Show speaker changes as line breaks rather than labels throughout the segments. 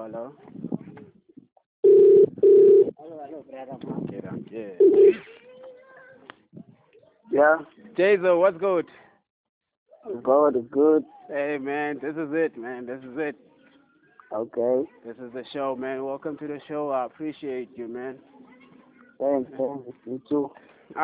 Hello Okay, then. Yeah.
Yeah,
Jason, what's good?
God is good.
Hey, man, this is it, man. This is it.
Okay,
This is the show, man. Welcome to the show. I appreciate you, man.
thanks, thanks. You too.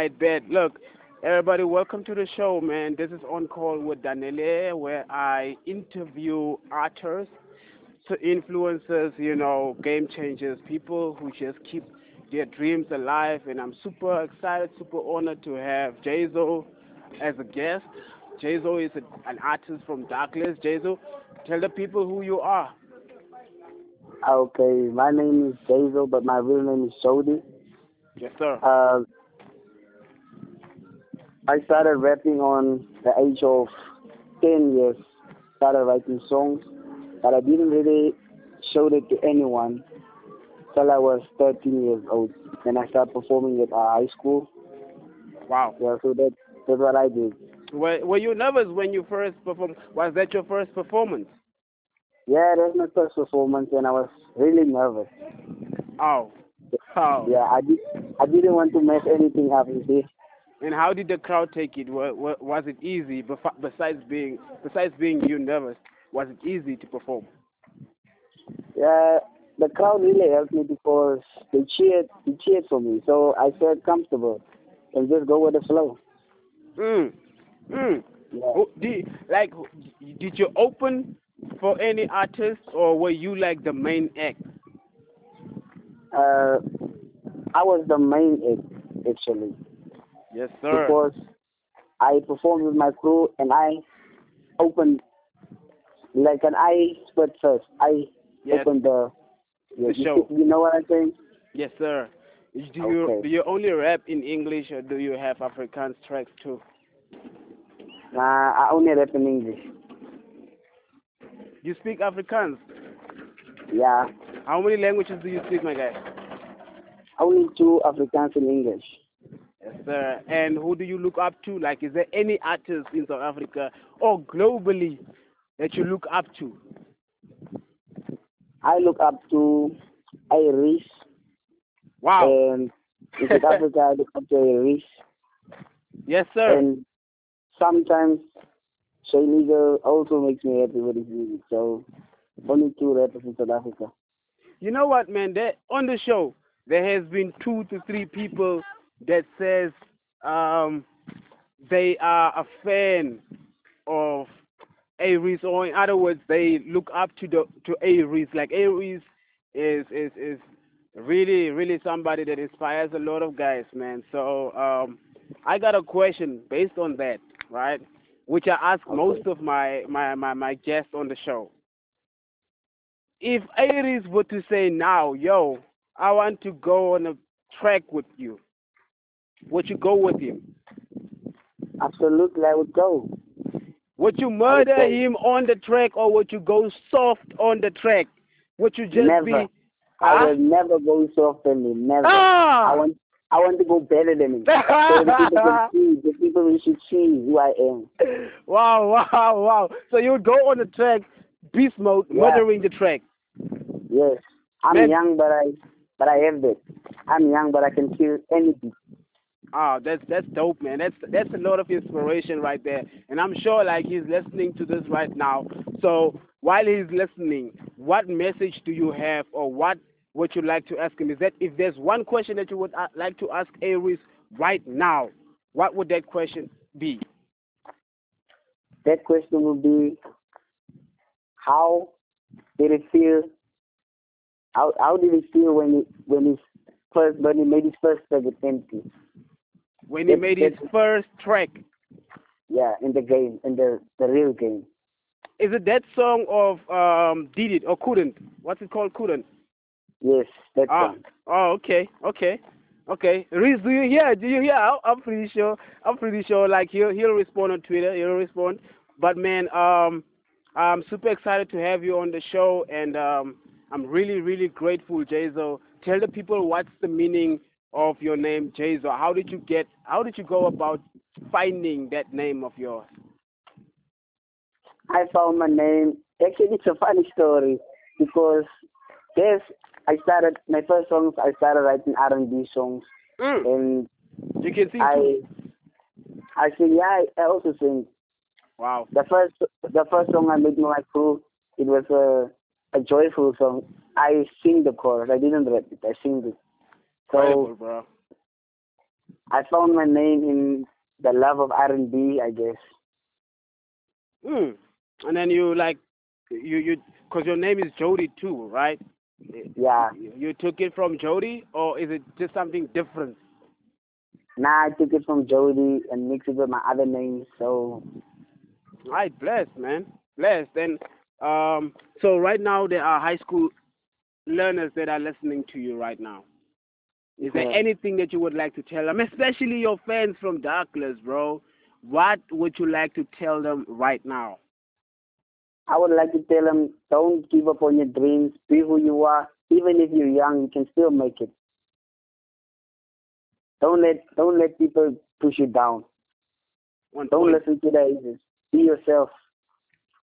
I bet. Look, everybody, welcome to the show, man. This is On Call with Danele, where I interview artists, so influencers, you know, game changers, people who just keep their dreams alive. And I'm super excited, super honored to have Jazo as a guest. Jazo is a, an artist from Darkless. Jazo, tell the people who you are.
Okay, my name is Jazel, but my real name is Shodi.
Yes, sir.
Uh, I started rapping on the age of 10 years. Started writing songs, but I didn't really show it to anyone till I was 13 years old. Then I started performing at our high school.
Wow.
Yeah, so that, that's what I did.
Were, were you nervous when you first performed? Was that your first performance?
Yeah, that's my first performance, and I was really nervous.
Oh. Oh.
Yeah, I did. I didn't want to mess anything up. You see,
And how did the crowd take it? Wa- wa- Was it easy? bef- Besides being besides being you nervous, was it easy to perform?
yeah, the crowd really helped me because they cheered. They cheered for me, so I felt comfortable and just go with the flow.
Mm. Mm.
Yeah.
Who- Did, like, who- did you open for any artist, or were you like the main act?
Uh, I was the main act actually
Yes,
because I performed with my crew and I opened like an eye split first. I
Yes,
opened the. Yeah,
The
you,
show.
you know what I'm saying?
yes, sir. Do you
Okay.
do you only rap in English, or do you have Afrikaans tracks too?
Nah, I only rap in English.
You speak Afrikaans.
Yeah.
How many languages do you speak, my guy?
only two Africans in English.
Yes, sir. And who do you look up to? Like, is there any artist in South Africa or globally that you look up to?
I look up to Iris
Wow.
and in South Africa I look up to Iris
yes, sir.
and sometimes Shay Legal also makes me happy with his music. So only two rappers in South Africa.
you know what, man? There, on the show, there has been two to three people that says um, they are a fan of Aries, or in other words, they look up to the to Aries. Like Aries is is is really really somebody that inspires a lot of guys, man. So um, I got a question based on that, right? Which I ask
Okay.
most of my my my, my guests on the show if Aries were to say now, yo, I want to go on a track with you, would you go with him?
Absolutely I would go.
Would you murder
Okay.
him on the track or would you go soft on the track? Would you just
Never.
be
I
Huh?
will never go soft on him, never.
Ah!
I want I want to go better than him. so the people can see, the people will should see who I am.
wow, wow, wow. So you would go on the track, beast mode,
Yeah.
murdering the track.
Yes, I'm
Man-
young, but I but I have that. I'm young, but I can kill anything.
Oh, that's that's dope, man. That's that's a lot of inspiration right there, and I'm sure like he's listening to this right now. So while he's listening, what message do you have, or what would you like to ask him? Is that if there's one question that you would uh, like to ask Aries right now, what would that question be?
That question will be, how did it feel? How how did it feel when he when he first when he made his first target empty?
When he
Yes,
made his
yes.
first track,
Yeah, in the game, in the the real game.
is it that song of um, Did It or Couldn't? What's it called? Couldn't.
Yes, that
Ah,
one.
oh, okay, okay, okay. Reese, do you hear? Do you hear? I- I'm pretty sure. I'm pretty sure. Like he'll he'll respond on Twitter. He'll respond. But man, um, I'm super excited to have you on the show, and um, I'm really really grateful, Jazo. Tell the people what's the meaning of your name, Jazo. How did you get? How did you go about finding that name of yours?
I found my name. Actually, it's a funny story because Yes, I started my first songs. I started writing R and B songs,
Mm.
and
You can see.
I I sing. Yeah, I, I also sing.
Wow.
The first the first song I made my crew. It was a a joyful song. I sing the chorus. I didn't rap it. I sing it. So
Incredible, bro.
I found my name in the love of R and B. I guess.
Mm. And then you like, you you, cause your name is Jody too, right?
Yeah.
You took it from Jody, or is it just something different?
Now I took it from Jody and mixed it with my other name. So
All right, blessed, man. Blessed. And um, so right now there are high school learners that are listening to you right now. Is there
yeah.
anything that you would like to tell them, especially your fans from Darkless, bro? What would you like to tell them right now?
I would like to tell them don't give up on your dreams. Be who you are. Even if you're young, you can still make it. Don't let don't let people push you down.
One
Don't
point.
listen to their ages. Be yourself.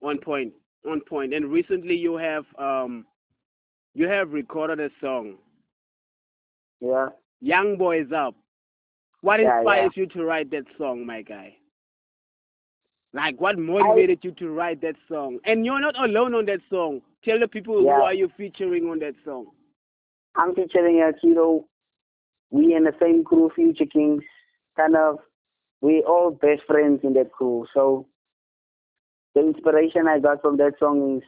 One point. One point. And recently you have um, you have recorded a song,
Yeah.
"Young Boys Up." What
Yeah,
inspires you to write that song, my guy? Like, what motivated you to write that song? And you're not alone on that song. Tell the people who
Yeah.
are you featuring on that song.
I'm featuring Akiro. We in the same crew, Future Kings. Kind of, we all best friends in that crew. So the inspiration I got from that song is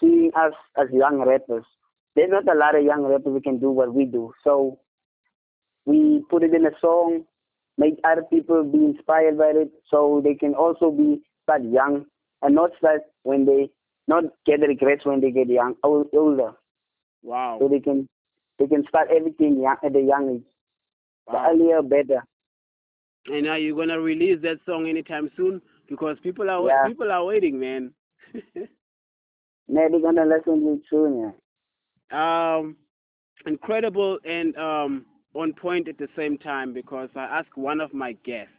seeing us as young rappers. There's not a lot of young rappers who can do what we do. So we put it in a song, make other people be inspired by it, so they can also be start young and not start when they not get regrets when they get young old, older.
Wow.
So they can they can start everything young, at the young age. The
wow.
earlier, better.
And are you gonna release that song anytime soon? Because people are
Yeah.
people are waiting, man.
Man, they're gonna listen to it soon. Yeah.
um, incredible and um, on point at the same time because I asked one of my guests,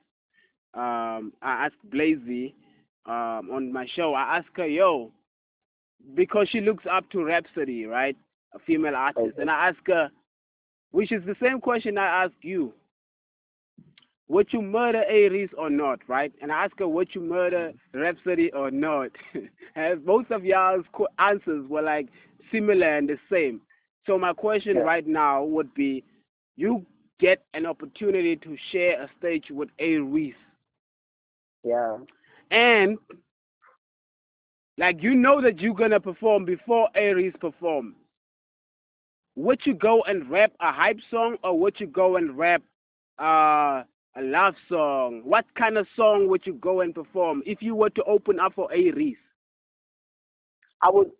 um, I asked Blazy um, on my show, I asked her, yo, because she looks up to Rhapsody, right? A female artist.
Okay.
And I asked her, which is the same question I asked you. Would you murder Aries or not, right? And I asked her, would you murder Rhapsody or not? and most of y'all's qu- answers were like similar and the same. So my question
Yeah.
right now would be, you get an opportunity to share a stage with Aries,
Yeah.
and like you know that you're gonna perform before Aries perform. Would you go and rap a hype song, or would you go and rap uh, a love song? What kind of song would you go and perform if you were to open up for Aries?
I would.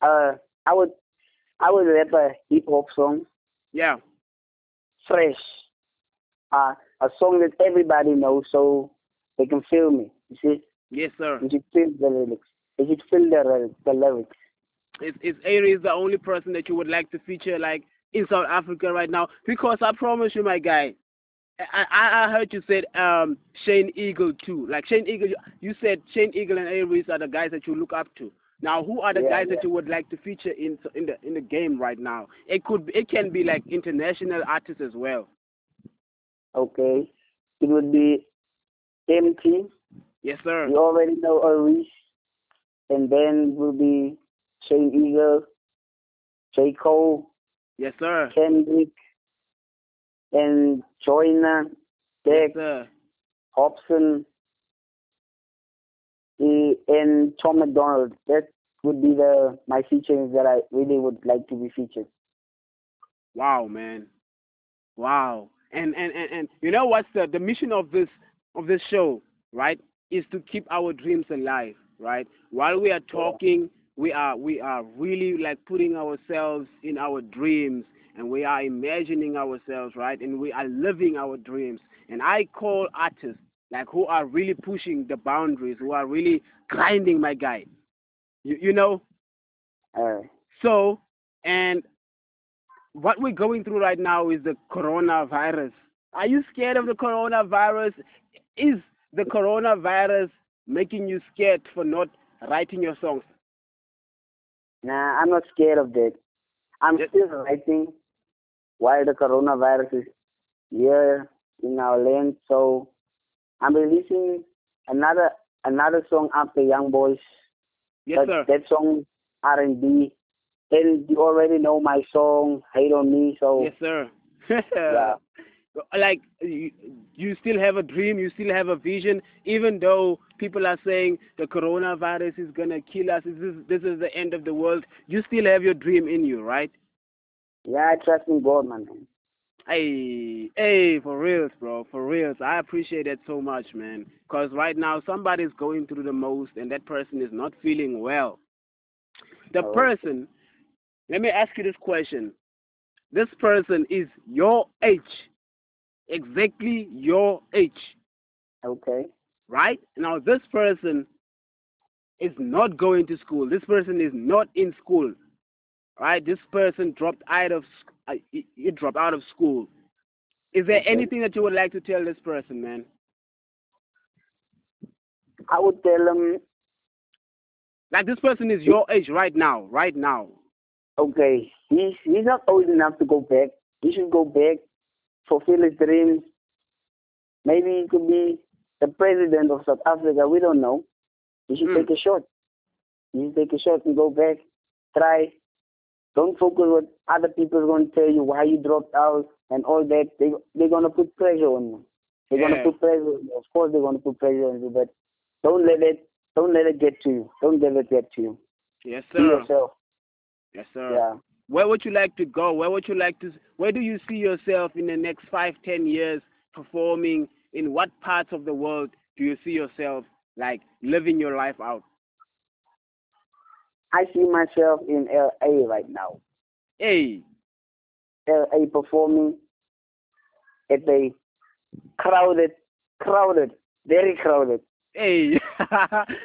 Uh, I would. I would rap a hip hop song,
Yeah,
fresh. Uh, a song that everybody knows, so they can feel me. You see.
yes, sir.
You should feel the lyrics. You should feel the, lyrics- the lyrics.
Is is Aries the only person that you would like to feature like in South Africa right now? Because I promise you, my guy, I I, I heard you said um Shane Eagle too. Like Shane Eagle, you, you said Shane Eagle and Aries are the guys that you look up to. Now, who are the
Yeah,
guys
yeah.
that you would like to feature in in the in the game right now? It could be, it can be like international artists as well.
Okay. It would be empty.
Yes, sir.
You already know Aries. And then will be Shane Eagle, J. Cole,
Yes, sir.
Kendrick, and Joyner,
Yes,
Deck,
sir.
Hobson, eh, and Tom McDonald. That would be the my features that I really would like to be featured.
Wow, man. Wow. And and, and, and you know what's the, the mission of this of this show, right? Is to keep our dreams alive, right? While we are talking, we are we are really like putting ourselves in our dreams and we are imagining ourselves, right? And we are living our dreams. And I call artists like who are really pushing the boundaries, who are really grinding my guy. You you know?
Uh,
So and what we're going through right now is the coronavirus. Are you scared of the coronavirus? Is the coronavirus making you scared for not writing your songs?
nah, I'm not scared of that. I'm
Yes.
still writing while the coronavirus is here in our land. So I'm releasing another another song after Young Boys.
Yes,
that,
sir.
that song R and B. And you already know my song Hate on Me. So
Yes, sir.
Yeah.
Like you, you still have a dream, you still have a vision, even though people are saying the coronavirus is gonna kill us. This is this is the end of the world. You still have your dream in you, right?
yeah, I trust in God, man.
Hey, hey, for reals, bro, for reals. I appreciate that so much, man. Cause right now somebody's going through the most, and that person is not feeling well. The
Oh.
person, let me ask you this question: This person is your age, exactly your age.
Okay.
right? Now, this person is not going to school. This person is not in school, right? This person dropped out of sc- uh, y- you dropped out of school. Is there
Okay.
anything that you would like to tell this person, man?
I would tell them,
Like this person is your age right now, right now.
okay, he's he's not old enough to go back. He should go back, fulfill his dreams. Maybe he could be the president of South Africa. We don't know. He should
Mm.
take a shot. He should take a shot and go back. Try. Don't focus what other people are going to tell you why you dropped out and all that. They they're going to put pressure on you. They're
Yeah.
going to put pressure. On you. Of course, they're going to put pressure on you, but don't let it don't let it get to you. Don't let it get to you.
Yes,
Be
sir.
yourself.
Yes, sir.
Yeah.
Where would you like to go? Where would you like to? Where do you see yourself in the next five, ten years performing? In what parts of the world do you see yourself like living your life out?
I see myself in LA right now.
Hey,
LA performing at a crowded, crowded, very crowded.
Hey, you,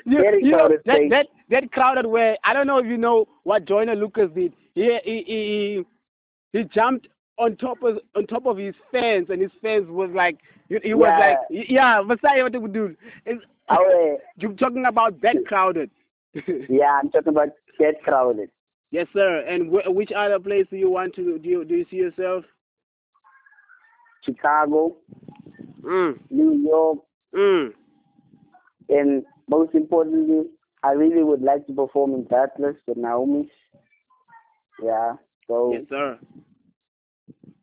Very
you know
crowded
that,
place.
that that crowded where I don't know if you know what Joyner Lucas did. He he he, he he jumped on top of on top of his fans, and his fans was like he, he was
Yeah.
like yeah, Messiah, what would do? It's-
Our,
You're talking about that crowded.
yeah, I'm talking about that crowded.
yes, sir. And wh- which other place do you want to do? You, do you see yourself?
Chicago,
Mm,
New York,
mm.
and most importantly, I really would like to perform in Dallas with Naomi. Yeah. So
Yes, sir.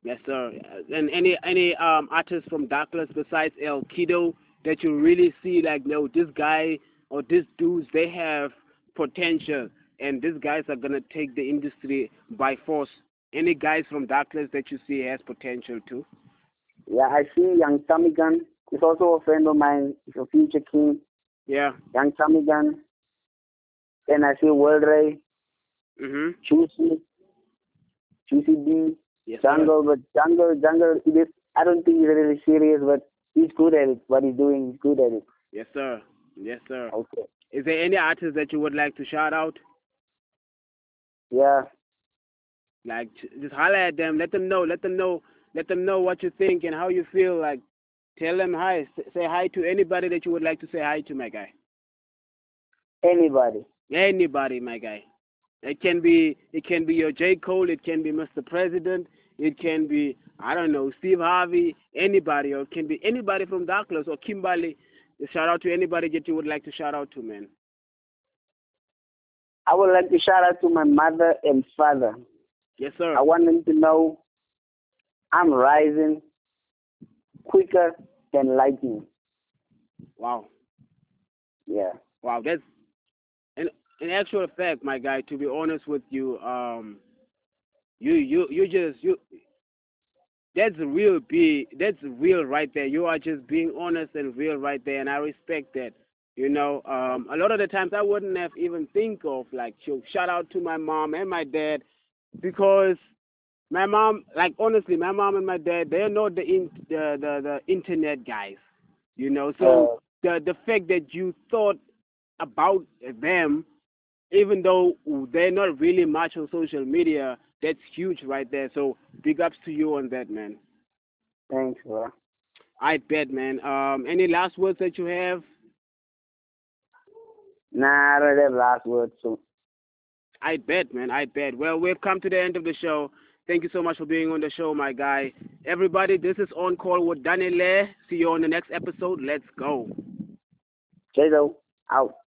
Yes, sir. And any any um artists from Douglas besides El Kido that you really see like no, this guy or this dudes they have potential and these guys are gonna take the industry by force. Any guys from Douglas that you see has potential too?
yeah, I see Young Tommy Gun. He's also a friend of mine. He's a future king.
Yeah.
Young Tommy Gun. Then I see World Ray.
Mhm.
Juicy, Juicy B,
Yes, sir.
Jungle, but Jungle, Jungle, it is, I don't think he's really serious, but he's good at it. What he's doing, he's good at it.
Yes, sir. Yes, sir.
Okay.
Is there any artist that you would like to shout out?
Yeah.
Like j- just holler at them, let them know, let them know, let them know what you think and how you feel. Like tell them hi, S- say hi to anybody that you would like to say hi to, my guy.
Anybody.
Anybody, my guy. It can be it can be your J Cole, it can be Mr. President, it can be I don't know Steve Harvey, anybody, or it can be anybody from Douglas or Kimberly. Shout out to anybody that you would like to shout out to, man.
I would like to shout out to my mother and father.
Yes, sir.
I want them to know I'm rising quicker than lightning.
Wow,
Yeah.
wow, that's an an actual fact, my guy. To be honest with you, um, you you you just you that's real be that's real right there you are just being honest and real right there and i respect that you know um a lot of the times i wouldn't have even think of like yo, shout out to my mom and my dad because my mom like honestly my mom and my dad they're not the in, the, the the internet guys you know so the the fact that you thought about them even though they're not really much on social media that's huge right there so big ups to you on that man
Thanks, bro.
I bet, man. Um, any last words that you have?
Nah, I don't have last words. So
I bet, man. I bet. Well, we've come to the end of the show. Thank you so much for being on the show, my guy. Everybody, this is On Call with Danny Lair. See you on the next episode. Let's go.
J-Lo, out.